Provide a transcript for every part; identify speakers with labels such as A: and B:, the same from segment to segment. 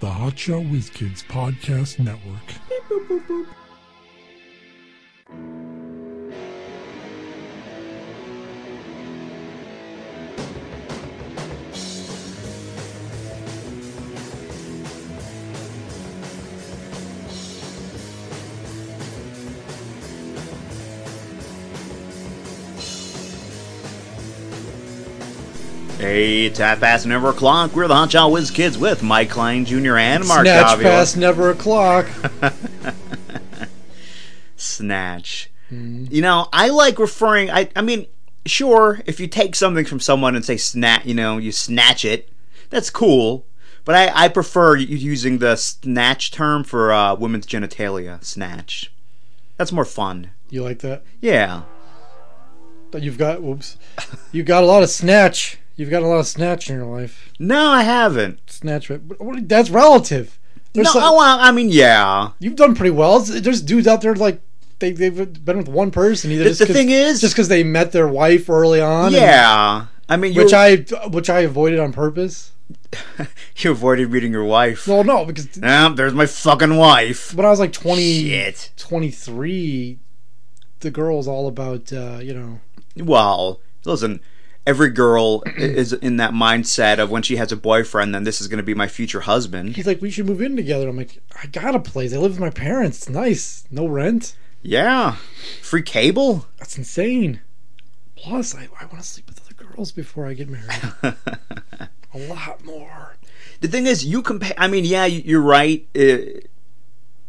A: the Hotshot Whiz Kids Podcast Network.
B: Hey, it's half past never o'clock. We're the Hot Shot Whiz Kids with Mike Klein Jr. and Mark
C: Snatch
B: Davila.
C: past never o'clock.
B: Snatch.
C: Mm-hmm.
B: You know, I like referring. I, I mean, sure, if you take something from someone and say snatch, you know, you snatch it. That's cool. But I, I prefer u- using the snatch term for uh, women's genitalia. Snatch. That's more fun.
C: You like that?
B: Yeah.
C: But you've got whoops. You've got a lot of snatch. You've got a lot of snatch in your life.
B: No, I haven't.
C: Snatch, but but what- that's relative. There's
B: no,
C: some-
B: oh, well, I mean, yeah.
C: you've done pretty well. There's dudes out there like they they've been with one person either.
B: The-
C: just
B: the
C: 'cause-
B: thing is-
C: just because they met their wife early on. and-
B: Yeah. I mean, you,
C: which I which I avoided on purpose.
B: you avoided reading your wife.
C: Well, no, because th-
B: Ah, there's my fucking wife.
C: when I was like 20,
B: Shit.
C: 23, the girl's all about uh, you know.
B: Well, listen, every girl i- is in that mindset of when she has a boyfriend, then this is going to be my future husband.
C: He's like, we should move in together. I'm like, I got a place. I live with my parents. It's nice. No rent.
B: Yeah. Free cable?
C: That's insane. Plus, I, I want to sleep with other girls before I get married. a lot more.
B: The thing is, you compare. I mean, yeah, you- you're right. uh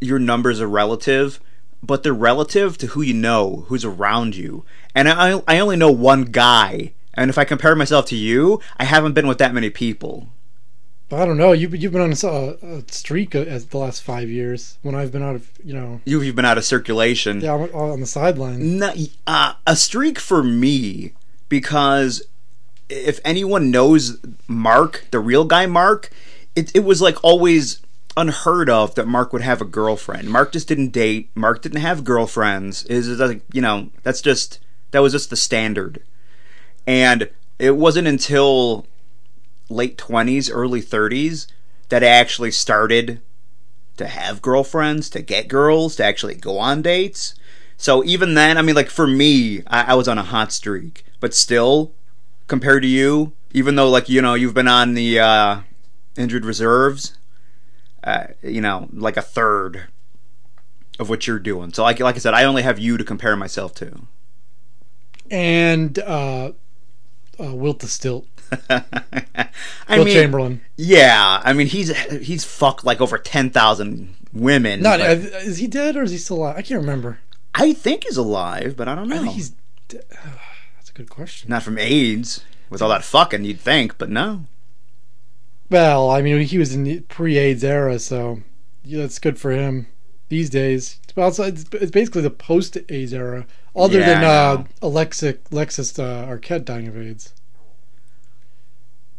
B: your numbers are relative, but they're relative to who you know, who's around you. And I, I only know one guy. And if I compare myself to you, I haven't been with that many people.
C: But I don't know. You've, you've been on a, a streak uh, as the last five years when I've been out of, you know,
B: You, you've been out of circulation.
C: yeah, I'm uh, on the sidelines.
B: No, uh, a streak for me because if anyone knows Mark, the real guy Mark, it, it was like always unheard of that Mark would have a girlfriend. Mark just didn't date. Mark didn't have girlfriends. Is like you know that's just that was just the standard, and it wasn't until late twenties, early thirties that I actually started to have girlfriends, to get girls, to actually go on dates. So even then, I mean, like for me, I, I was on a hot streak, but still, compared to you, even though like you know you've been on the uh, injured reserves, uh, you know, like a third of what you're doing. So like like I said, I only have you to compare myself to.
C: And uh, uh, Wilt the Stilt.
B: I
C: Wilt
B: mean,
C: Chamberlain.
B: yeah, I mean he's he's fucked like over ten thousand women.
C: Not, uh,
B: but-
C: is he dead or is he still alive? I can't remember.
B: I think he's alive, but I don't know.
C: I think he's. De- that's a good question.
B: not from AIDS with all that fucking. You'd think, but no.
C: Well, I mean, he was in the pre-AIDS era, so yeah, that's good for him these days. Well, it's, it's it's basically the post-AIDS era, other
B: Yeah,
C: than
B: I
C: uh,
B: know.
C: Alexa, Alexis uh, Arquette dying of AIDS.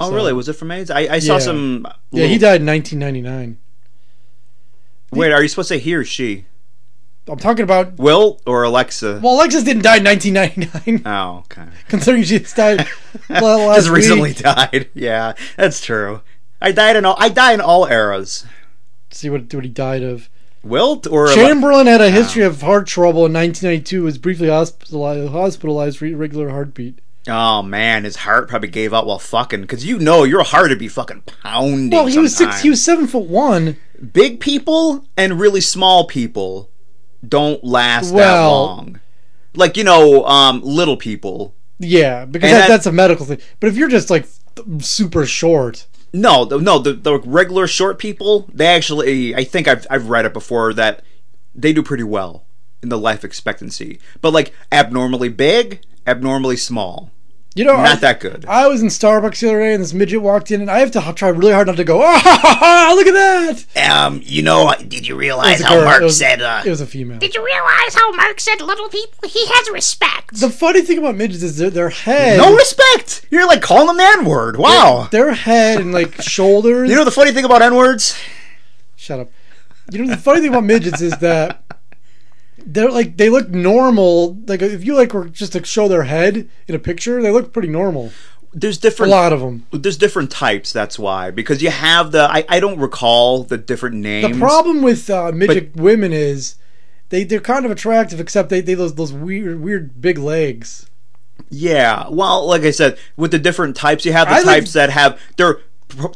B: Oh
C: So-
B: really? Was it from AIDS? I, I saw
C: Yeah.
B: some.
C: Yeah, he died in 1999.
B: Wait, are you supposed to say he or she?
C: I'm talking about.
B: Will or Alexa?
C: Well, Alexis didn't die in 1999,
B: Oh, okay.
C: considering she just died la- last
B: Just recently
C: week.
B: died. Yeah, that's true. I died in all. I die in all eras.
C: See what what he died of.
B: Wilt or Ale-
C: Chamberlain had a history of heart trouble in 1992. Was briefly hospitalized, hospitalized for irregular heartbeat.
B: oh man, his heart probably gave out while fucking. Because you know your heart would be fucking pounding.
C: Well, he was six.
B: sometimes.
C: He was seven foot one.
B: Big people and really small people don't last that
C: Well-
B: long. Like you know, um, little people.
C: Yeah, because
B: And
C: that,
B: that-
C: that's a medical thing. But if you're just like th- super short,
B: No, the, no, the, the regular short people, they actually, I think I've, I've read it before that they do pretty well in the life expectancy. But like abnormally big, abnormally small,
C: you know, Oh, I,
B: not that good.
C: I was in Starbucks the other day, and this midget walked in, and I have to h- try really hard not to go. Oh, ha, ha, ha, look at that!
B: Um, you know, did you realize
C: It was a girl. It was-
B: uh,
C: it was a female.
D: Did you realize how Mark said little people? He has respect.
C: The funny thing about midgets is their, their head,
B: no respect? You're like calling them the N word. Wow.
C: their head and like shoulders.
B: You know the funny thing about N words?
C: Shut up. You know the funny thing about midgets is that they're like they look normal. Like if you like were just to show their head in a picture, they look pretty normal.
B: there's
C: A
B: different
C: lot of them.
B: there's different types. That's why because you have the I, I don't recall the different names.
C: The problem with uh, midget women is they they're kind of attractive, except they they those those weird weird big legs.
B: Yeah. Well, like I said, with the different types, you have the
C: I like-
B: types that have their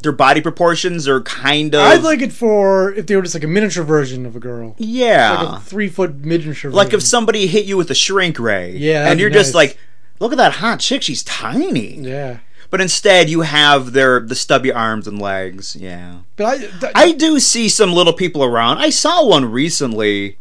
B: their body proportions are kind of
C: I'd like it for if they were just like a miniature version of a girl,
B: yeah.
C: like a three foot miniature.
B: Ah. Like
C: version.
B: if somebody hit you with a shrink ray,
C: Yeah, that'd
B: and
C: be
B: you're just
C: nice.
B: like, look at that hot chick, she's tiny.
C: yeah,
B: But instead, you have their the stubby arms and legs. Yeah,
C: but I, th-
B: I do see some little people around. I saw one recently.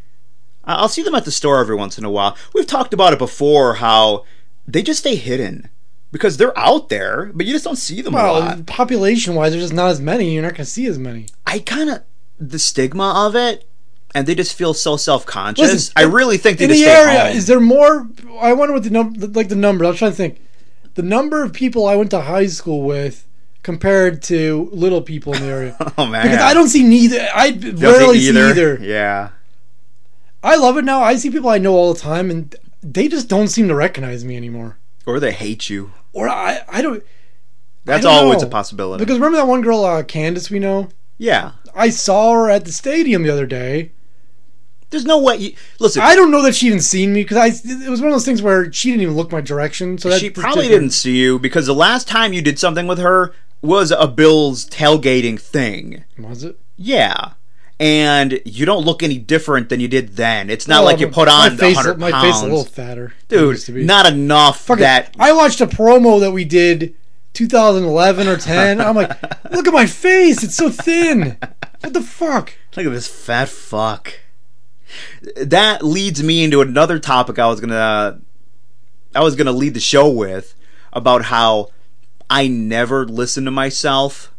B: I- I'll see them at the store every once in a while. We've talked about it before how they just stay hidden because they're out there, but you just don't see them a lot.
C: well, population wise, there's just not as many. You're not going to see as many.
B: I kind of the stigma of it, and they just feel so self conscious.
C: Listen,
B: I really think they
C: in
B: just
C: the
B: stay
C: area
B: home.
C: is there more i wonder what the number like the number i was trying to think the number of people i went to high school with compared to little people in the area
B: oh man,
C: because i don't see neither i
B: Don't think
C: rarely see either
B: Yeah,
C: i love it now i see people i know all the time and they just don't seem to recognize me anymore
B: or they hate you.
C: or i i don't
B: That's
C: don't
B: always
C: know.
B: a possibility.
C: because remember that one girl uh, candace we know
B: yeah,
C: i saw her at the stadium the other day
B: there's no way. You, listen,
C: i don't know that she even seen me because i it was one of those things where she didn't even look my direction so that
B: she probably didn't see you because the last time you did something with her was a Bills tailgating thing.
C: was it
B: Yeah. And you don't look any different than you did then. It's not
C: Oh,
B: like you
C: my-
B: put on
C: my
B: the
C: face,
B: 100
C: my
B: pounds.
C: face a little fatter, than it used to be.
B: Dude, not enough
C: Fuck it.
B: that
C: I watched a promo that we did 2011 or 10. I'm like, look at my face, it's so thin. What the fuck?
B: Look at this fat fuck. That leads me into another topic I was gonna I was gonna lead the show with about how I never listen to myself,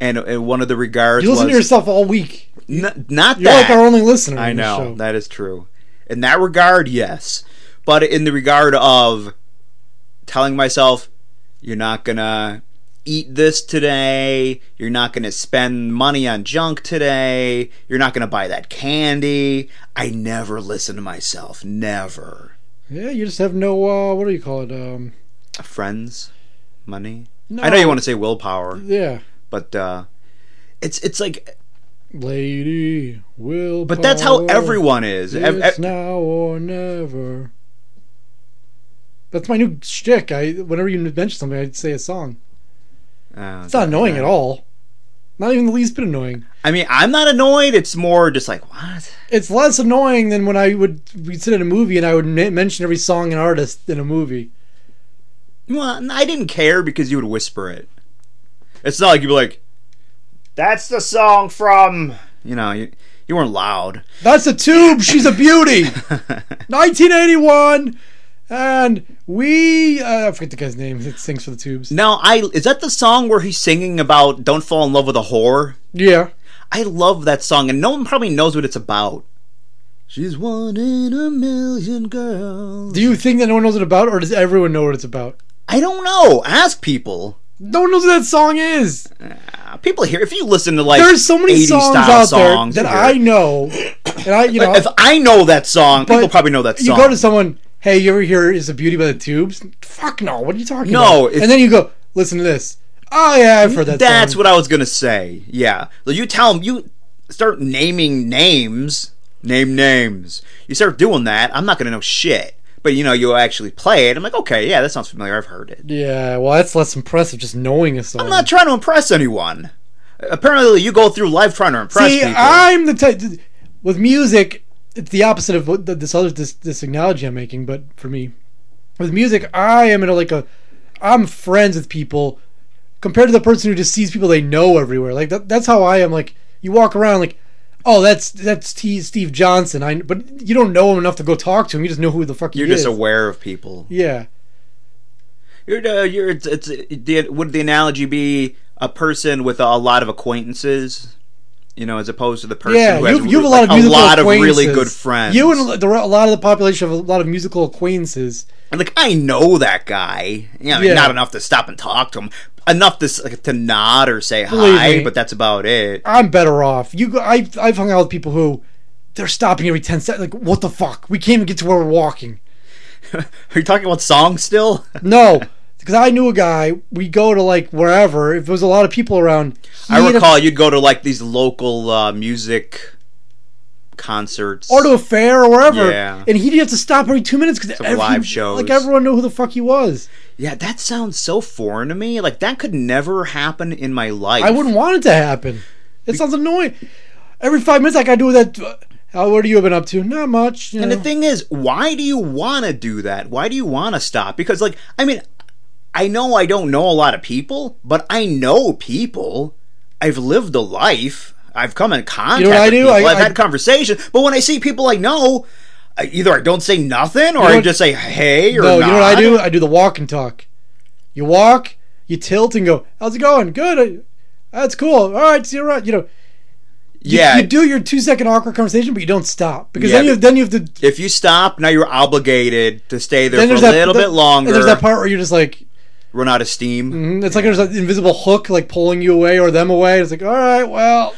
B: and, and one of the regards
C: You listen to
B: was
C: yourself all week.
B: n- not
C: You're
B: that
C: like our only listener.
B: I
C: on this
B: know
C: show.
B: that is true. In that regard, yes, but in the regard of telling myself, you're not gonna eat this today, you're not gonna spend money on junk today, you're not gonna buy that candy. I never listen to myself, never.
C: Yeah, you just have no. Uh, what do you call it? Um,
B: Friends, money.
C: no,
B: I know you want to say willpower,
C: Yeah,
B: but uh, it's it's like,
C: lady will.
B: but that's how
C: power.
B: everyone is.
C: Oh. It's
B: Ev- ev-
C: now or never. That's my new shtick. I whenever you mention something, I say a song.
B: Uh,
C: It's not annoying at all. Not even the least bit annoying.
B: I mean, I'm not annoyed. It's more just like what.
C: It's less annoying than when I would we'd sit in a movie and I would ma- mention every song and artist in a movie.
B: Well, I didn't care because you would whisper it. It's not like you'd be like, "That's the song from." You know, you you weren't loud.
C: That's a tube. She's a beauty. 1981, and we uh, I forget the guy's name. It sings for the tubes.
B: now, I is that the song where he's singing about "Don't fall in love with a whore"?
C: Yeah,
B: I love that song, and no one probably knows what it's about. She's one in a million girls.
C: do you think that no one knows what it's about, or does everyone know what it's about?
B: I don't know. Ask people.
C: No one knows what that song is.
B: Uh, people here, if you listen to like
C: There's so many
B: 80s
C: songs
B: style
C: out
B: songs,
C: there that
B: you
C: I
B: hear-
C: know, and I you know
B: if I know that song,
C: But
B: people probably know that song.
C: You go to someone, hey, you ever hear "Is the Beauty by the Tubes"? Fuck no, what are you talking
B: No,
C: about?
B: it's-
C: and then you go, listen to this. Oh yeah, I've heard that.
B: That's
C: song.
B: what I was gonna say. Yeah, so you tell them you start naming names, name names. You start doing that, I'm not gonna know shit. But you know, you actually play it. I'm like, okay, yeah, that sounds familiar. I've heard it.
C: Yeah, well, that's less impressive. Just knowing a song.
B: I'm not trying to impress anyone. Apparently, you go through life trying to impress
C: See,
B: people.
C: I'm the type with music. It's the opposite of what this other this, this analogy I'm making, but for me, with music, I am in a, like a, I'm friends with people compared to the person who just sees people they know everywhere. Like that, that's how I am. Like you walk around like, oh, that's that's T, Steve Johnson. I but you don't know him enough to go talk to him. You just know who the fuck
B: You're
C: he
B: just
C: is.
B: aware of people.
C: Yeah,
B: You're, uh, you're, it's, it's, the, would the analogy be a person with a lot of acquaintances? You know, as opposed to the person
C: yeah.
B: who has
C: You, you have a
B: like,
C: lot of musical
B: lot of really
C: acquaintances.
B: good friends.
C: You and the, a lot of the population have a lot of musical acquaintances.
B: And like I know that guy. You know, I mean,
C: Yeah.
B: not enough to stop and talk to him. Enough to s- like, to nod or say
C: Believe
B: hi,
C: me.
B: but that's about it.
C: I'm better off. You, go- I, I've hung out with people who they're stopping every ten seconds. Like, what the fuck? We can't even get to where we're walking.
B: Are you talking about songs still?
C: No, because I knew a guy. We go to like wherever if there was a lot of people around. he
B: I
C: had a-
B: recall you'd go to like these local uh, music concerts.
C: or to a fair or wherever.
B: Yeah.
C: And he'd have to stop every two minutes because
B: Some live shows.
C: Like everyone knew who the fuck he was.
B: yeah, that sounds so foreign to me. Like that could never happen in my life.
C: I wouldn't want it to happen. It sounds annoying. Every five minutes, like I do with that. uh, How what have you been up to? Not much. you
B: And
C: know.
B: the thing is, why do you want to do that? Why do you want to stop? Because, like, I mean, I know I don't know a lot of people, but I know people. I've lived a life. I've come in contact
C: what I
B: with
C: do?
B: people.
C: I-
B: have
C: I-
B: had conversations. But when I see people I know, I, either I don't say nothing or
C: know
B: I
C: what-
B: just say, hey, or
C: no,
B: not.
C: you know what I do? I do the walk and talk. You walk, you tilt and go. How's it going? Good. I- That's cool. All right, see you around. You know, you,
B: Yeah.
C: you do your two second awkward conversation, but you don't stop because
B: Yeah,
C: then you
B: but-
C: then you have to.
B: if you stop, now you're obligated to stay there
C: Then
B: for a
C: there's that
B: little
C: that-
B: bit longer,
C: And there's that part where you're just like,
B: run out of steam.
C: mm, it's like there's an invisible hook like pulling you away or them away. It's like, all right, well,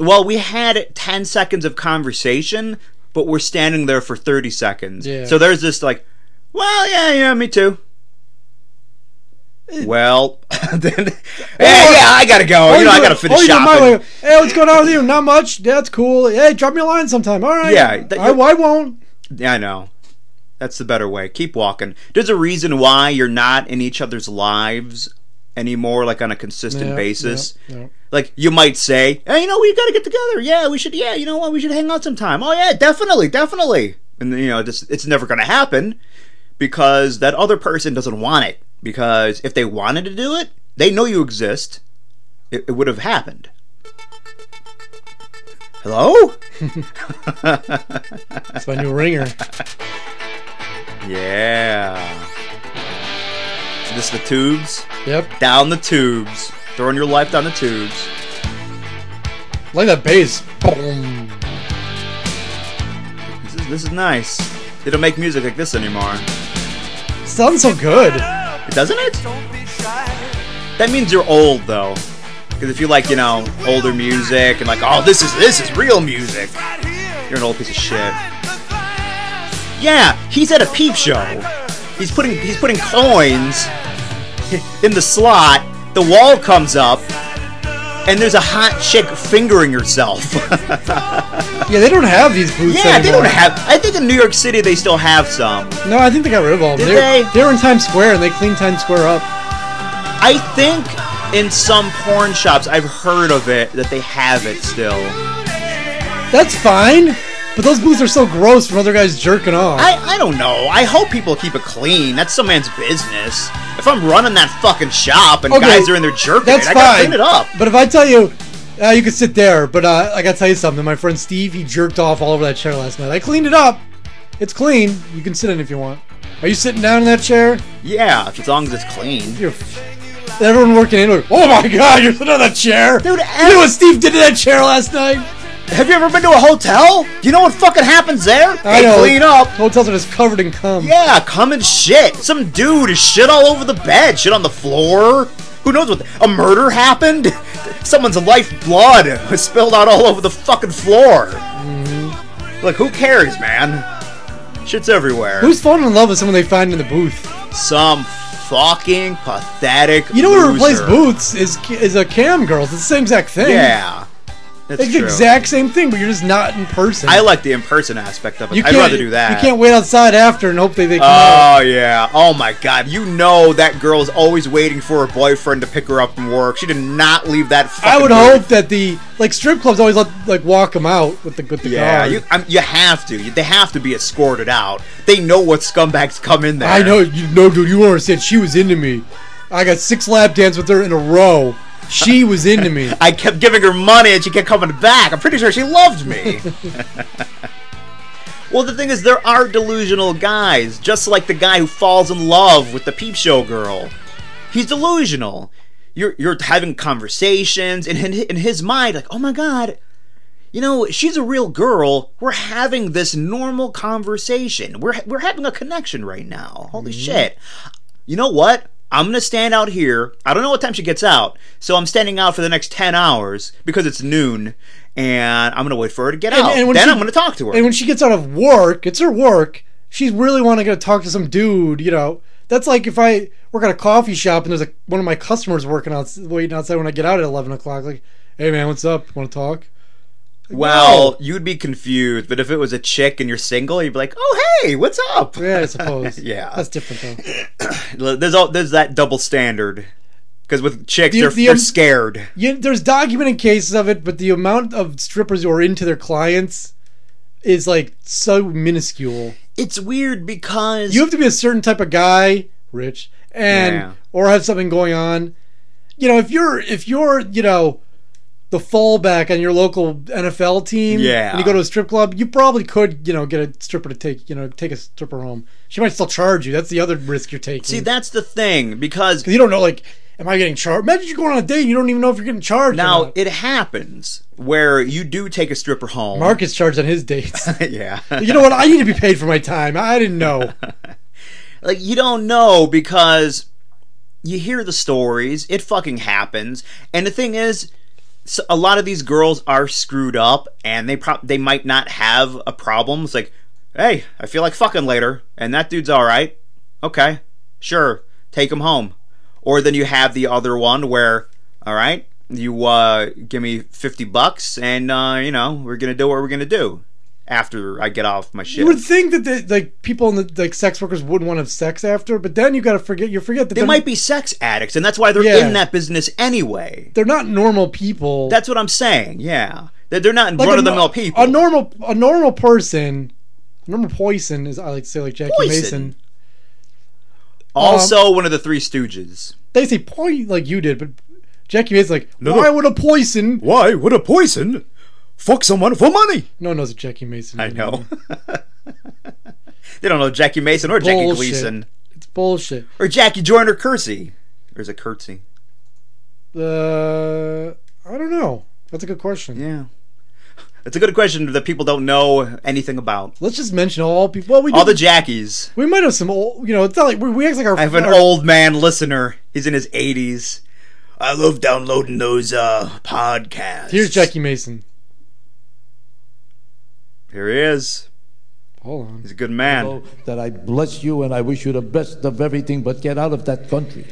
B: Well, we had 10 seconds of conversation, but we're standing there for 30 seconds.
C: Yeah.
B: So there's this like, well, yeah, yeah, me too. Well, then, yeah, yeah, I gotta go. you know, I gotta finish
C: oh, you know, my
B: shopping.
C: way- Hey, what's going on with you? Not much. That's cool. Hey, drop me a line sometime. All right.
B: Yeah, that-
C: I, I won't.
B: Yeah, I know. That's the better way. Keep walking. There's a reason why you're not in each other's lives anymore, like on a consistent
C: Yeah,
B: basis.
C: yeah, yeah.
B: Like you might say, "Hey, you know, we got to get together. Yeah, we should. Yeah, you know what? We should hang out sometime. Oh yeah, definitely, definitely." And you know, just it's never going to happen because that other person doesn't want it. Because if they wanted to do it, they know you exist. It, it would have happened. Hello?
C: That's my new ringer.
B: Yeah. Is this the tubes?
C: Yep.
B: Down the tubes. Throwing your life down the tubes.
C: Like that bass. Boom.
B: This is, this is nice. They don't make music like this anymore.
C: Sounds so good.
B: Doesn't it? That means you're old though. Because if you like, you know, older music and like, oh, this is this is real music. You're an old piece of shit. Yeah, he's at a peep show. He's putting he's putting coins in the slot. The wall comes up, and there's a hot chick fingering herself.
C: Yeah, they don't have these booths
B: yeah, they
C: anymore.
B: don't have. I think in New York City they still have some.
C: No, I think they got rid of all of them.
B: Did
C: They're-
B: they?
C: They were in Times Square and they cleaned Times Square up.
B: I think in some porn shops I've heard of it that they have it still.
C: That's fine. But those booths are so gross from other guys jerking off.
B: I, I don't know. I hope people keep it clean. That's some man's business. If I'm running that fucking shop and
C: Okay,
B: guys are in there jerking
C: That's
B: it, I
C: fine.
B: gotta clean it up.
C: But if I tell you, uh, you could sit there, but uh, I gotta tell you something. My friend Steve, he jerked off all over that chair last night. I cleaned it up. It's clean. You can sit in if you want. Are you sitting down in that chair?
B: Yeah, as long as it's clean.
C: You're. Everyone working in. like, Oh my god, you're sitting on that chair.
B: Dude,
C: you know what Steve did to that chair last night?
B: Have you ever been to a hotel? You know what fucking happens there? they
C: I know.
B: clean up.
C: Hotels are just covered in cum.
B: Yeah, come and shit. Some dude is shit all over the bed, shit on the floor. Who knows what? A murder happened? Someone's lifeblood was spilled out all over the fucking floor. Like, who cares, man? Shit's everywhere.
C: Mm-hmm. Who's falling in love with someone they find in the booth?
B: Some fucking pathetic.
C: You know what replaced
B: loser.
C: booths is is a cam girls. It's the same exact thing.
B: Yeah, that's
C: It's the
B: true.
C: exact same thing, but you're just not in person.
B: I like the in-person aspect of it.
C: You
B: I'd
C: can't-
B: rather do that.
C: You can't wait outside after and hope they, they come out.
B: Oh yeah! Oh my God! You know that girl's always waiting for her boyfriend to pick her up from work. She did not leave that. Fucking
C: I would
B: booth.
C: hope that the like strip clubs always let like walk them out with the with the
B: Yeah,
C: guard.
B: you I mean, you have to. You- They have to be escorted out. They know what scumbags come in there.
C: I know you no dude, you don't understand. She was into me. I got six lap dances with her in a row. She was into me.
B: I kept giving her money and she kept coming back. I'm pretty sure she loved me. well, the thing is, there are delusional guys, just like the guy who falls in love with the peep show girl. He's delusional. You're, you're having conversations, and in, hi- in his mind, like, oh my god, you know, she's a real girl. We're having this normal conversation. We're, we're having a connection right now. Holy
C: Mm-hmm.
B: shit you know what? I'm gonna stand out here. I don't know what time she gets out, so I'm standing out for the next ten hours because it's noon, and I'm gonna wait for her to get out.
C: and when
B: Oh, then
C: she-
B: I'm gonna talk to her.
C: And when she gets out of work, it's her work. She's really want to go talk to some dude, you know. That's like if I work at a coffee shop and there's a, one of my customers working out waiting outside when I get out at eleven o'clock. Like, hey man, what's up? Want to talk?
B: Well, you'd be confused, but if it was a chick and you're single, you'd be like, "Oh, hey, what's up?"
C: Yeah, I suppose.
B: Yeah.
C: that's different though.
B: There's all there's that double standard because with chicks,
C: The-
B: they're,
C: the,
B: they're
C: um,
B: scared.
C: You, there's documented cases of it, but the amount of strippers who are into their clients is like so minuscule.
B: It's weird because
C: You have to be a certain type of guy, rich, and
B: Yeah.
C: or have something going on. You know, if you're if you're you know the fallback on your local NFL team,
B: Yeah.
C: and you go to a strip club, you probably could you know get a stripper to take you know take a stripper home. She might still charge you. That's the other risk you're taking.
B: see that's the thing because
C: 'Cause you don't know like. Am I getting charged? Imagine you're going on a date and you don't even know if you're getting charged. or
B: now
C: not.
B: it happens where you do take a stripper home.
C: Mark is charged on his dates.
B: yeah,
C: you know what? I need to be paid for my time. I didn't know.
B: like you don't know because you hear the stories it fucking happens and the thing is s- a lot of these girls are screwed up and they prob they might not have a problem it's like hey i feel like fucking later and that dude's all right okay sure take him home or then you have the other one where all right you uh give me 50 bucks and uh you know we're gonna do what we're gonna do after i get off my shit
C: You would think that the, like people in the like sex workers wouldn't want to have sex after, but then you got to forget you forget that
B: they might be sex addicts, and that's why they're
C: Yeah.
B: in that business anyway.
C: they're not normal people.
B: That's what I'm saying. Yeah, they're, they're not
C: Like a
B: run of the mill
C: no-
B: people.
C: A normal a normal person, a normal poison is I like to say like Jackie
B: Poison?
C: Mason. uh-huh.
B: also, one of the Three Stooges.
C: They say poison like you did, but Jackie Mason's like,
E: No, no.
C: why would a poison?
E: Why would a poison fuck someone for money?
C: No one knows what Jackie Mason.
B: I
C: is.
B: know. they don't know Jackie Mason or Jackie
C: Bullshit.
B: Gleason
C: it's bullshit.
B: or Jackie Joyner Kersey. There's a Curtsy.
C: Uh, I don't know. That's a good question.
B: Yeah, it's a good question that people don't know anything about.
C: Let's just mention all people. Well, we
B: All
C: did-
B: the Jackies.
C: We might have some old, you know, it's not like we, we act like our.
B: I have an
C: our-
B: old man listener. He's in his 80s. I love downloading those uh podcasts.
C: Here's Jackie Mason.
B: Here he is.
C: Hold on.
B: He's a good man.
F: know that I bless you and I wish you the best of everything, but get out of that country.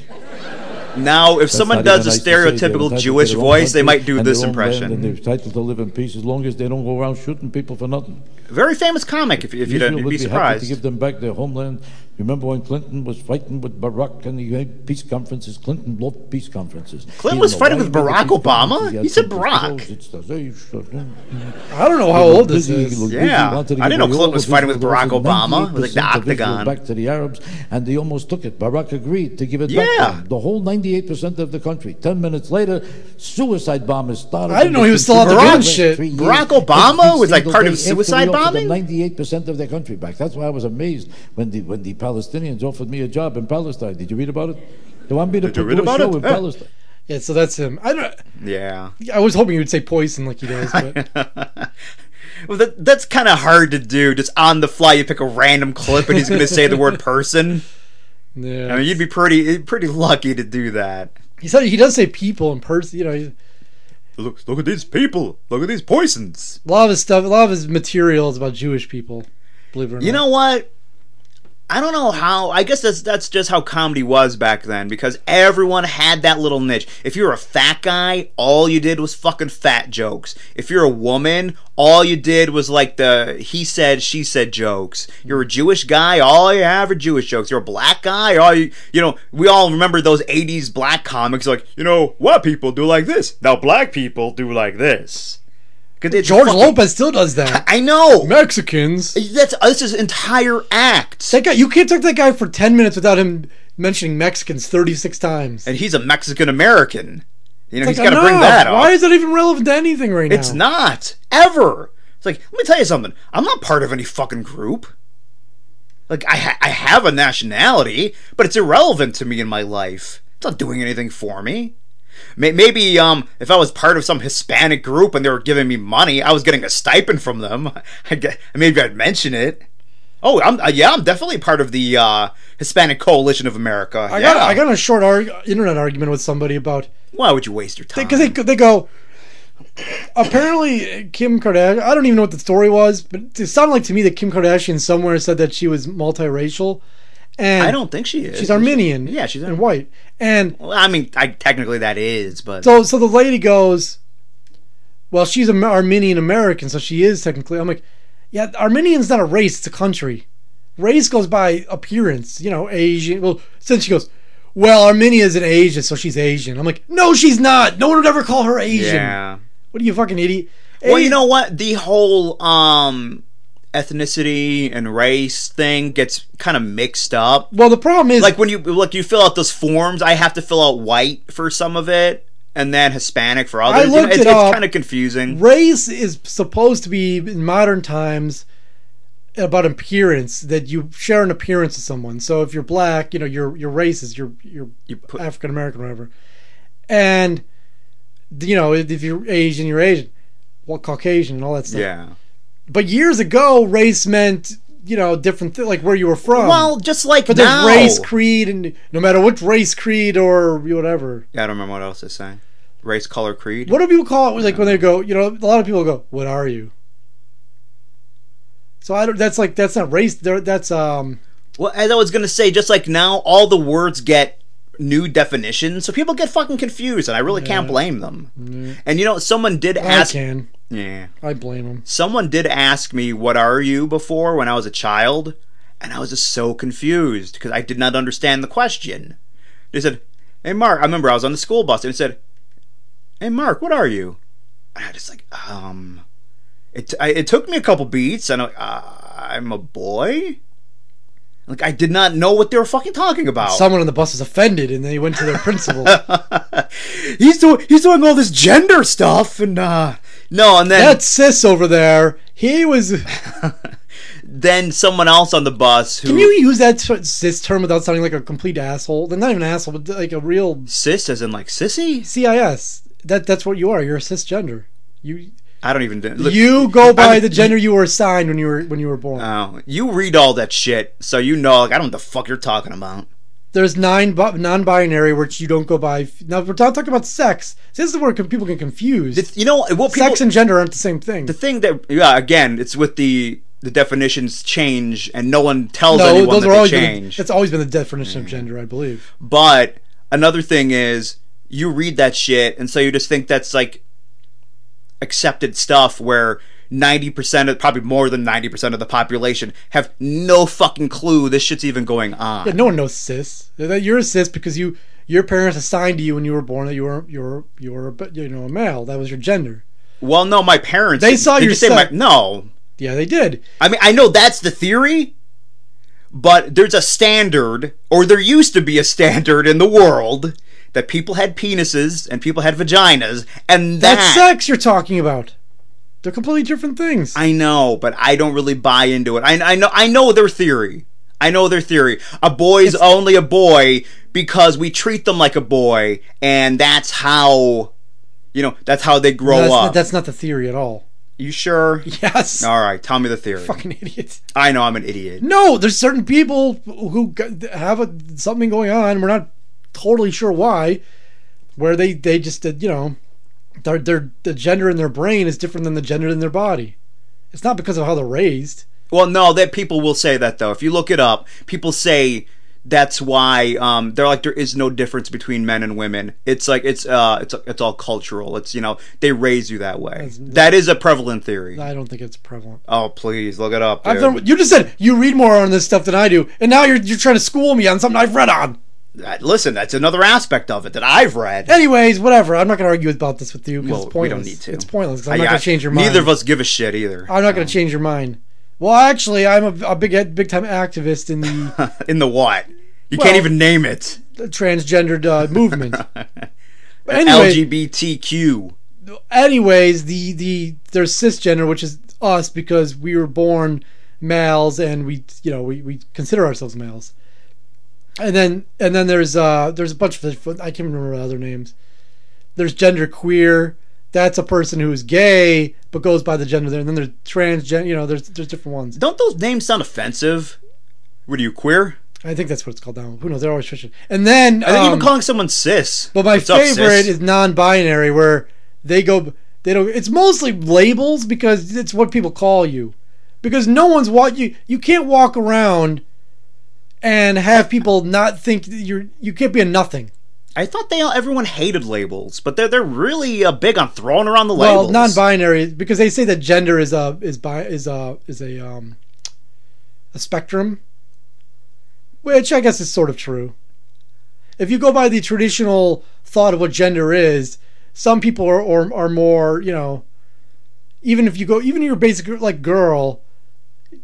B: Now, if someone
F: That's not
B: does a
F: even nice to say. They're
B: stereotypical
F: entitled to
B: Jewish
F: their own
B: voice, they
F: country
B: might do
F: and
B: this
F: their own land, And
B: impression.
F: they're entitled to live in peace as long as they don't go around shooting people for nothing.
B: Very famous comic, if, if you don't,
F: Israel
B: you'd
F: would
B: be
F: happy to give
B: surprised.
F: them back their homeland. Remember when Clinton was fighting with Barack and he had peace conferences? Clinton loved peace conferences.
B: Clinton
F: He
B: was
F: and
B: fighting
F: Obama
B: with Barack
F: did the peace
B: Obama?
F: conferences. had
B: He said
F: something to
B: Barack.
F: close. It's the- they-
C: I don't know how old this
F: Lizzie-
C: is.
F: Lizzie
B: Yeah.
F: wanted to
B: I didn't
F: give
B: know
F: away
B: Clinton
F: all
B: was
F: of
B: fighting
F: Israel.
B: with Barack
F: There was
B: Obama. It was like the
F: 98% of Israel
B: octagon.
F: Back to the Arabs, and they almost took it. Barack agreed to give it back.
B: Yeah.
F: to them. The whole 98% of the country. Ten minutes later, suicide bombers started.
C: I didn't know he was still out there
F: Barack-
C: doing shit.
F: Three years.
B: Barack Obama
F: Every
B: was, like,
F: single
B: part of
F: day, every
B: suicide
F: year,
B: bombing?
F: 98% of their country back. That's why I was amazed when the when the Palestinians offered me a job in Palestine. Did you read about it? They want me to
B: Did you
F: do
B: read
F: a
B: about
F: show
B: it?
F: in
B: Yeah.
F: Palestine.
C: Yeah, so that's him. I don't.
B: Yeah.
C: I was hoping you would say poison like he does, but
B: Well, that, that's kind of hard to do. Just on the fly, you pick a random clip and he's going to say the word person.
C: yeah.
B: I mean, you'd be pretty pretty lucky to do that.
C: he said he does say people in person. You know, he-
E: Look, look at these people. Look at these poisons.
C: a lot of his stuff, a lot of his material is about Jewish people. Believe it or not,
B: You know what? I don't know how. I guess that's that's just how comedy was back then because everyone had that little niche. If you were a fat guy, all you did was fucking fat jokes. If you're a woman, all you did was like the he said she said jokes. You're a Jewish guy, all you have are Jewish jokes. You're a black guy, all you you know. We all remember those '80s black comics, like you know, white people do like this. Now black people do like this. 'Cause it's
C: George
B: fucking-
C: Lopez still does that.
B: I know.
C: Mexicans.
B: That's that's his entire act.
C: That guy, you can't talk to that guy for ten minutes without him mentioning Mexicans thirty-six times.
B: and he's a Mexican American. You know, he's
C: It's like,
B: got to bring
C: enough.
B: that up.
C: Why is that even relevant to anything right now?
B: it's not ever. It's like let me tell you something. I'm not part of any fucking group. Like I ha- I have a nationality, but it's irrelevant to me in my life. It's not doing anything for me. May- Maybe um, if I was part of some Hispanic group and they were giving me money, I was getting a stipend from them. I get, maybe I'd mention it. Oh, I'm uh, yeah, I'm definitely part of the uh, Hispanic Coalition of America.
C: I
B: yeah.
C: got I got in a short arg- internet argument with somebody about
B: Why would you waste your time?
C: because they they go. Apparently, Kim Kardashian. I don't even know what the story was, but it sounded like to me that Kim Kardashian somewhere said that she was multiracial, And
B: I don't think she is.
C: She's Armenian.
B: Yeah, she's
C: and
B: Armenian.
C: white. And
B: Well, I mean, I, technically that is, but
C: so so the lady goes, well, she's an Armenian American, so she is technically. I'm like, yeah, Armenian's not a race; it's a country. Race goes by appearance, you know, Asian. Well, since she goes, well, Armenia is an Asian, so she's Asian. I'm like, no, she's not. No one would ever call her Asian.
B: yeah.
C: What are you fucking idiot?
B: Well,
C: A-
B: you know what? The whole um ethnicity and race thing gets kind of mixed up.
C: Well, the problem is
B: Like when you like you fill out those forms, I have to fill out white for some of it, and then Hispanic for others. You know,
C: looked
B: it's
C: it up.
B: kind of confusing.
C: race is supposed to be in modern times about appearance that you share an appearance with someone. So if you're black, you know your your race is your your
B: You put,
C: African American or whatever, and you know if if you're Asian, you're Asian, well Caucasian and all that stuff.
B: yeah.
C: But years ago, race meant you know different thi- like where you were from.
B: Well, just like
C: but there's
B: now.
C: race, creed, and no matter what race, creed, or whatever.
B: Yeah, I don't remember what else they say. Race, color, creed.
C: What do people call it? Like when they go, you know, a lot of people go, "What are you?" So I don't. That's like that's not race. there- That's um.
B: Well, as I was gonna say, just like now, all the words get new definitions, so people get fucking confused, and I really can't blame them. And you know, someone did
C: I
B: ask.
C: can.
B: Yeah.
C: I blame them.
B: someone did ask me what are you before when i was a child and i was just so confused because i did not understand the question they said hey mark i remember i was on the school bus and it said hey mark what are you and i just like um it, I, it took me a couple beats and i'm like uh, i'm a boy like i did not know what they were fucking talking about
C: Someone on the bus was offended, and they went to their principal.
B: he's doing he's doing all this gender stuff and uh no and then
C: that cis over there, he was.
B: then someone else on the bus who
C: Can you use that t- cis term without sounding like a complete asshole? They're not even an asshole, but like a real
B: cis as in like sissy
C: cis. That that's what you are. You're a cisgender. You
B: i don't even look,
C: you go by
B: I-
C: the gender you were assigned when you were when you were born.
B: oh, you read all that shit so you know like i don't know the fuck you're talking about
C: there's nine bu- non-binary which you don't go by. Now we're not talking about sex. This is where con- people get confused.
B: it's, you know what people,
C: sex and gender aren't the same thing.
B: the thing that yeah again it's with the the definitions change and no one tells
C: no,
B: anyone
C: those
B: that
C: are
B: they
C: always been,
B: change Mm.
C: it's always been the definition of gender, I believe.
B: but another thing is you read that shit and so you just think that's like accepted stuff where 90% of probably more than 90% of the population have no fucking clue this shit's even going on
C: Yeah, no one knows cis. That You're a cis because you your parents assigned to you when you were born that you were you were you were but, you know a male. That was your gender.
B: Well, no, my parents.
C: They saw
B: did
C: your
B: you say
C: son.
B: my- no,
C: Yeah, they did.
B: I mean I know that's the theory, but there's a standard, or there used to be a standard in the world that people had penises and people had vaginas, and that.
C: That's sex you're talking about. They're completely different things.
B: I know, but I don't really buy into it. I, I know I know their theory. I know their theory. A boy's only a boy because we treat them like a boy, and that's how, you know, that's how they grow
C: that's,
B: up.
C: not, that's not the theory at all.
B: you sure?
C: Yes.
B: All right, tell me the theory.
C: Fucking idiots.
B: I know I'm an idiot.
C: No, there's certain people who g- have a, something going on. We're not totally sure why. Where they they just did, you know, their their the gender in their brain is different than the gender in their body. It's not because of how they're raised.
B: Well, no, that people will say that though. If you look it up, people say that's why um, they're like there is no difference between men and women. It's like it's uh it's it's all cultural. It's you know they raise you that way. that is a prevalent theory.
C: I don't think it's prevalent.
B: oh please look it up.
C: I've
B: dude.
C: done, you just said you read more on this stuff than I do, and now you're you're trying to school me on something I've read on.
B: That- Listen, that's another aspect of it that I've read.
C: Anyways, whatever. I'm not going to argue about this with you because
B: Well,
C: it's
B: we
C: pointless.
B: don't need to.
C: It's pointless. 'cause I'm
B: I-
C: not going
B: I-
C: to change your mind.
B: Neither of us give a shit either.
C: I'm not going to change your mind. Well, actually, I'm a, a big big time activist in the
B: In the what? You
C: Well-
B: can't even name it.
C: the transgendered uh, movement. But anyway,
B: LGBTQ.
C: anyways, the the there's cisgender, which is us because we were born males and we you know we, we consider ourselves males. And then and then there's uh there's a bunch of I can't remember the other names. There's gender queer. That's a person who is gay but goes by the gender there. And then there's transgender. You know, there's there's different ones.
B: Don't those names sound offensive? What are you queer?
C: I think that's what it's called now. Who knows? They're always switching. And then
B: I think
C: um,
B: even calling someone cis.
C: But my
B: What's up, cis?
C: favorite is non-binary, where they go, they don't. It's mostly labels because it's what people call you, because no one's what you. You can't walk around and have people not think that you're you can't be a nothing.
B: I thought they all, everyone hated labels, but they're they're really uh, big on throwing around the
C: Well,
B: labels.
C: non-binary because they say that gender is a is bi- is a is a um a spectrum, which I guess is sort of true. If you go by the traditional thought of what gender is, some people are are, are more you know, even if you go even your basic like girl,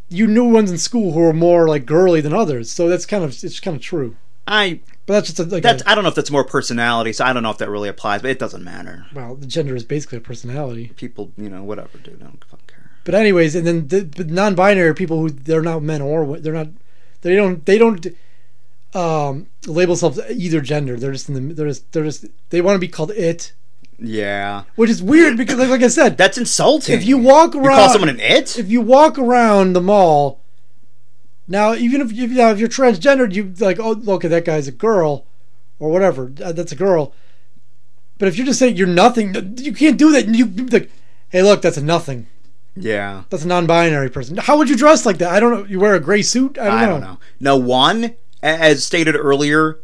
C: you knew ones in school who were more like girly than others, so that's kind of it's kind of true.
B: I
C: But that's just a, like
B: that's
C: a,
B: I don't know if that's more personality, so I don't know if that really applies, but it doesn't matter.
C: well, the gender is basically a personality.
B: People, you know, whatever, dude, I don't fucking care.
C: But anyways, and then the, but non-binary people who they're not men or wo- they're not they don't they don't um, label themselves either gender. They're just in the they're just they're just they want to be called it,
B: Yeah,
C: which is weird because like, like I said,
B: that's insulting.
C: if you walk
B: you call
C: around
B: someone an it,
C: if you walk around the mall now, even if you now, if you're transgendered, you like oh okay that guy's a girl or whatever uh, that's a girl. But if you're just saying you're nothing, you can't do that. You like, hey look, that's a nothing.
B: yeah,
C: That's a non-binary person. How would you dress like that? I don't know. You wear a gray suit? I don't,
B: I don't know. No one, a- as stated earlier,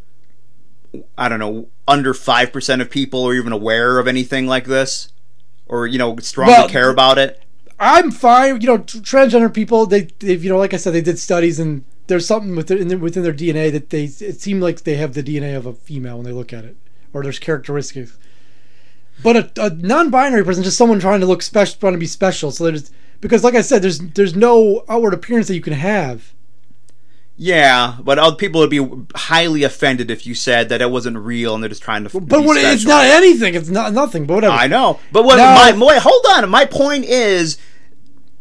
B: I don't know, under five percent of people are even aware of anything like this, or you know, strongly
C: Well,
B: care about it.
C: I'm fine. You know, tr- transgender people. They, they, you know, like I said, they did studies, and there's something within their, within their DNA that they. It seemed like they have the DNA of a female when they look at it, or there's characteristics. But a, a non-binary person, just someone trying to look special, trying to be special. So there's because, like I said, there's there's no outward appearance that you can have.
B: Yeah, but other people would be highly offended if you said that it wasn't real and they're just trying to.
C: But
B: be
C: what, it's
B: special.
C: not anything. It's not nothing. But whatever.
B: I know, but what
C: No.
B: my, my hold on. My point is,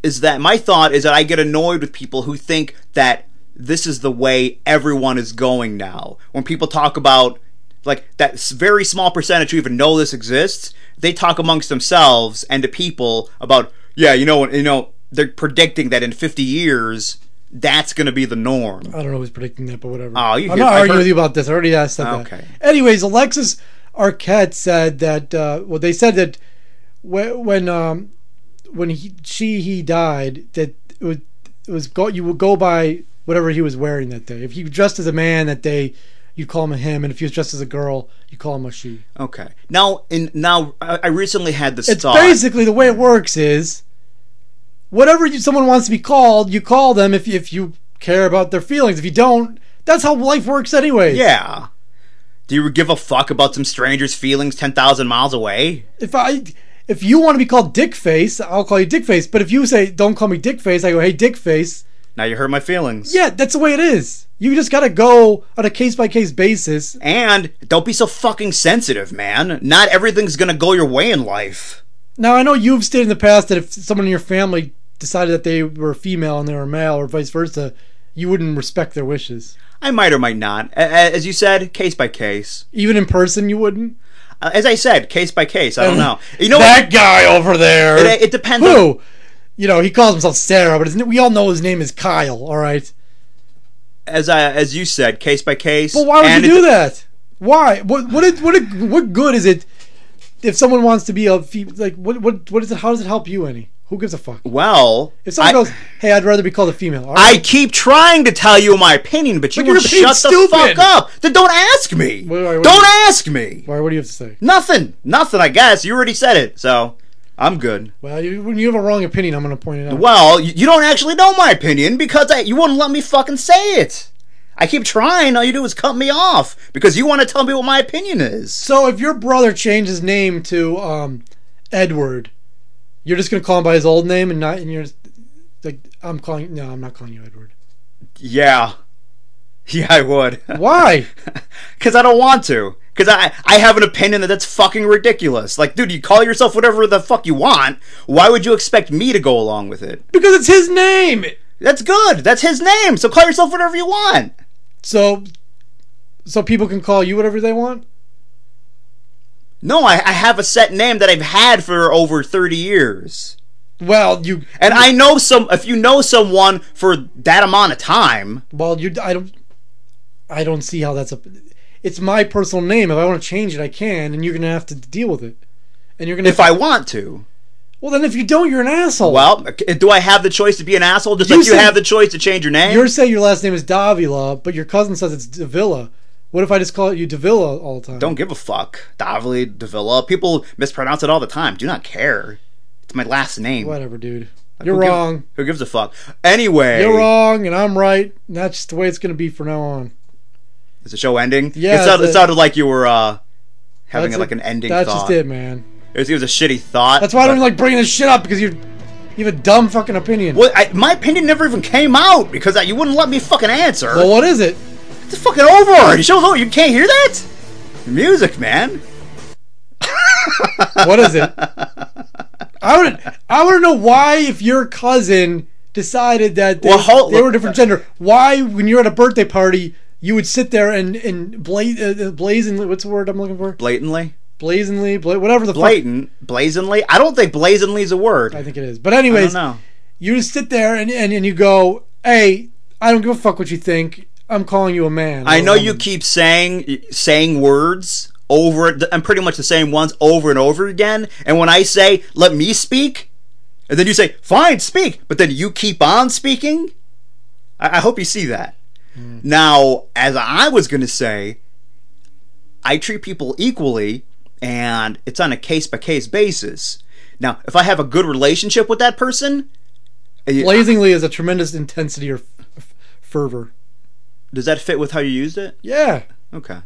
B: is that my thought is that I get annoyed with people who think that this is the way everyone is going now. When people talk about like that s- very small percentage who even know this exists, they talk amongst themselves and to people about yeah, you know, you know, they're predicting that in fifty years that's going to be the norm.
C: I don't know who's predicting that, but whatever.
B: Oh, you hear-
C: I'm not
B: I've
C: arguing
B: heard-
C: with you about this. I already asked that.
B: Okay.
C: Anyways, Alexis Arquette said that. Uh, well, they said that when when um, when he, she he died, that it was, it was go, you would go by whatever he was wearing that day. If he dressed as a man that day, you call him a him, and if he was dressed as a girl, you call him a she.
B: Okay, now in now I I recently had this
C: It's
B: thought.
C: basically the way it works is whatever you, someone wants to be called, you call them if if you care about their feelings. If you don't, that's how life works anyways.
B: Yeah. Do you give a fuck about some stranger's feelings 10,000 miles away?
C: if I if you want to be called Dick Face, I'll call you Dick Face. But if you say don't call me Dick Face, I go hey Dick Face.
B: Now you hurt my feelings.
C: Yeah, that's the way it is. You just gotta go on a case by case basis.
B: And don't be so fucking sensitive, man. Not everything's gonna go your way in life.
C: Now I know you've stated in the past that if someone in your family decided that they were female and they were male, or vice versa, you wouldn't respect their wishes.
B: I might or might not. A- a- As you said, case by case.
C: Even in person, you wouldn't.
B: Uh, As I said, case by case. I don't know. You know
C: that guy over there.
B: what? It, it depends. on-
C: Who? You know, he calls himself Sarah, but his, we all know his name is Kyle. All right.
B: as I, as you said, case by case.
C: But why would
B: And
C: you
B: it-
C: do that? Why? What? What? Is, what? Is, what good is it if someone wants to be a fe- like? What? What? What is it? How does it help you any? Who gives a fuck?
B: Well,
C: If someone
B: I,
C: goes, "Hey, I'd rather be called a female," all
B: I
C: right,
B: keep trying to tell you my opinion, but you
C: But you're
B: won't
C: being
B: shut the
C: stupid.
B: fuck up. Then don't ask me.
C: Wait, wait, wait.
B: Don't ask me.
C: why? What do you have to say?
B: Nothing. Nothing, I guess. You already said it, so I'm good.
C: Well, you, when you have a wrong opinion, I'm going to point it out.
B: Well, you, you don't actually know my opinion because I, you wouldn't let me fucking say it. I keep trying. All you do is cut me off because you want to tell me what my opinion is.
C: So if your brother changed his name to um, Edward, you're just going to call him by his old name and not, and you're just, like, "I'm calling." No, I'm not calling you Edward.
B: Yeah. Yeah, I would.
C: Why?
B: Because I don't want to. Because I, I have an opinion that that's fucking ridiculous. Like, dude, you call yourself whatever the fuck you want. Why would you expect me to go along with it?
C: because it's his name.
B: That's good. That's his name. So call yourself whatever you want.
C: So, so people can call you whatever they want.
B: No, I, I have a set name that I've had for over 30 years.
C: Well, you
B: And I know some, if you know someone for that amount of time,
C: well you I don't I don't see how that's a it's my personal name. If I want to change it, I can, and you're gonna have to deal with it. And you're gonna
B: if I want to.
C: Well, then if you don't, you're an asshole.
B: Well, do I have the choice to be an asshole? Just
C: You
B: like you
C: said-
B: have the choice to change your name.
C: You're saying your last name is Davila, but your cousin says it's Davila. What if I just call it you Davila all the time?
B: Don't give a fuck. Davili, Davila. People mispronounce it all the time. Do not care. It's my last name.
C: Whatever, dude. You're
B: Who gives-
C: wrong.
B: who gives a fuck? Anyway,
C: You're wrong, and I'm right. And that's just the way it's going to be from now on.
B: Is the show ending?
C: Yeah,
B: It sounded,
C: the-
B: it sounded like you were uh, having
C: That's
B: like
C: it.
B: an ending
C: That's
B: thought.
C: just it, man.
B: It was, it was a shitty thought.
C: That's why I
B: but-
C: don't like bringing this shit up because you you have a dumb fucking opinion.
B: Well, I, my opinion never even came out because I, you wouldn't let me fucking answer.
C: Well, what is it?
B: it's fucking over. The show's over. You can't hear that? The music, man.
C: What is it? I would I want to know why if your cousin decided that they,
B: Well, hold-
C: they were a different gender, why when you're at a birthday party you would sit there and and blaze, uh, blazingly what's the word I'm looking for?
B: Blatantly,
C: Blazingly, bla- whatever the fuck.
B: blatant, blazingly. I don't think blazingly is a word.
C: I think it is. But
B: I
C: anyways,
B: don't know.
C: you just sit there and, and, and you go, hey, I don't give a fuck what you think. I'm calling you a man.
B: I
C: or a
B: know you
C: woman."
B: keep saying saying words over and pretty much the same ones over and over again. And when I say "let me speak," and then you say "fine, speak," but then you keep on speaking. I, I hope you see that. Now, as I was gonna say, I treat people equally, and it's on a case by case basis. Now, if I have a good relationship with that person, eh,
C: Blazingly is a tremendous intensity or f- f- fervor.
B: does that fit with how you used it?
C: Yeah.
B: Okay.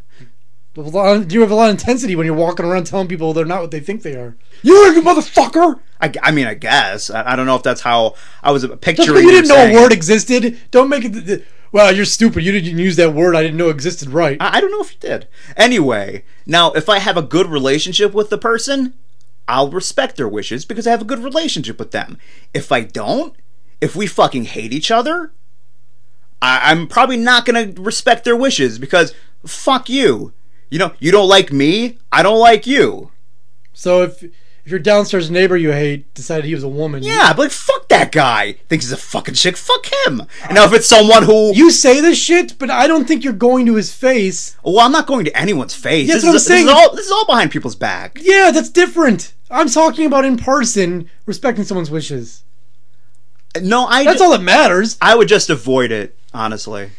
C: A lot- You have a lot of intensity when you're walking around telling people they're not what they think they are. You you motherfucker!
B: I, I mean, I guess. I, I don't know if that's how I was
C: Just
B: picturing.
C: because you didn't know
B: saying
C: a
B: it.
C: word existed, don't make it. th- th- well, you're stupid. You didn't use that word I didn't know existed right.
B: I, I don't know if you did. Anyway, now if I have a good relationship with the person, I'll respect their wishes because I have a good relationship with them. If I don't, if we fucking hate each other, I, I'm probably not gonna respect their wishes because fuck you. You know, you don't like me, I don't like you.
C: So if if your downstairs neighbor you hate decided he was a woman,
B: Yeah, but like, fuck that guy. Thinks he's a fucking chick. Fuck him. And now if it's someone who,
C: you say this shit, but I don't think you're going to his face.
B: well, I'm not going to anyone's face.
C: Yeah,
B: this,
C: that's what
B: is,
C: I'm saying.
B: this is all this is all behind people's back.
C: Yeah, that's different. I'm talking about in person respecting someone's wishes.
B: No, I.
C: That's
B: ju-
C: all that matters.
B: I would just avoid it, honestly.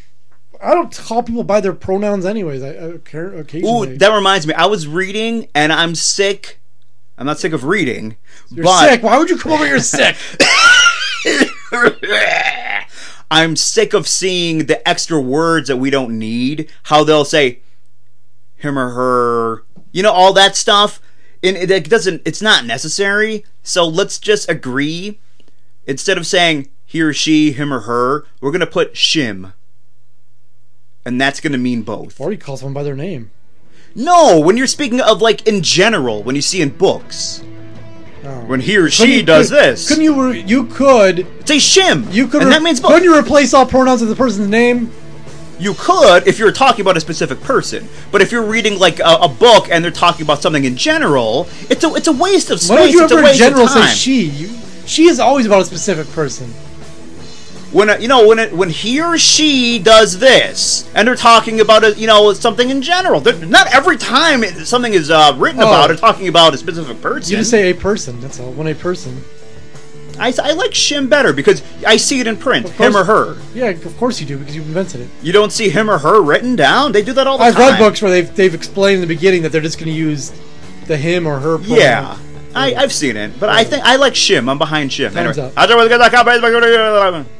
C: I don't call people by their pronouns, anyways. I, I care
B: Ooh,
C: occasionally.
B: that reminds me. I was reading, and I'm sick. I'm not sick of reading,
C: you're
B: but
C: sick. Why would you come over here sick?
B: I'm sick of seeing the extra words that we don't need. How they'll say him or her, you know, all that stuff. And it, it doesn't. It's not necessary. So let's just agree. Instead of saying he or she, him or her, we're gonna put shim, and that's gonna mean both.
C: or you call someone by their name.
B: No, when you're speaking of like in general, when you see in books,
C: Oh.
B: when he or
C: Couldn't
B: she
C: you-
B: does
C: couldn't-
B: this,
C: Couldn't you? re- You could.
B: say shim.
C: You could.
B: and
C: re-
B: that means both.
C: couldn't
B: You-,
C: you replace all pronouns with the person's name?
B: could if you're talking about a specific person, but if you're reading like a, a book and they're talking about something in general, it's a it's a waste of space.
C: Why don't you
B: it's a
C: ever in
B: waste of
C: general say
B: time.
C: she? You, she is always about a specific person.
B: When a, you know when it, when he or she does this, and they're talking about a, you know something in general. They're, not every time it- something is uh, written
C: Oh.
B: about or talking about a specific person.
C: You just say a person. That's all. When a person.
B: I, I like shim better because I see it in print,
C: course.
B: him or her.
C: Yeah, of course you do because you invented it.
B: You don't see him or her written down. They do that all the
C: I've
B: time.
C: read books where they've they've explained in the beginning that they're just going to use the him or her. Pronoun.
B: Yeah. I, I've seen it, but I think I like Shim. I'm behind Shim.
C: Time's
B: Anyway.
C: up.
B: How's everyone? Good luck. Bye. Bye. Bye. Bye. Bye. Bye.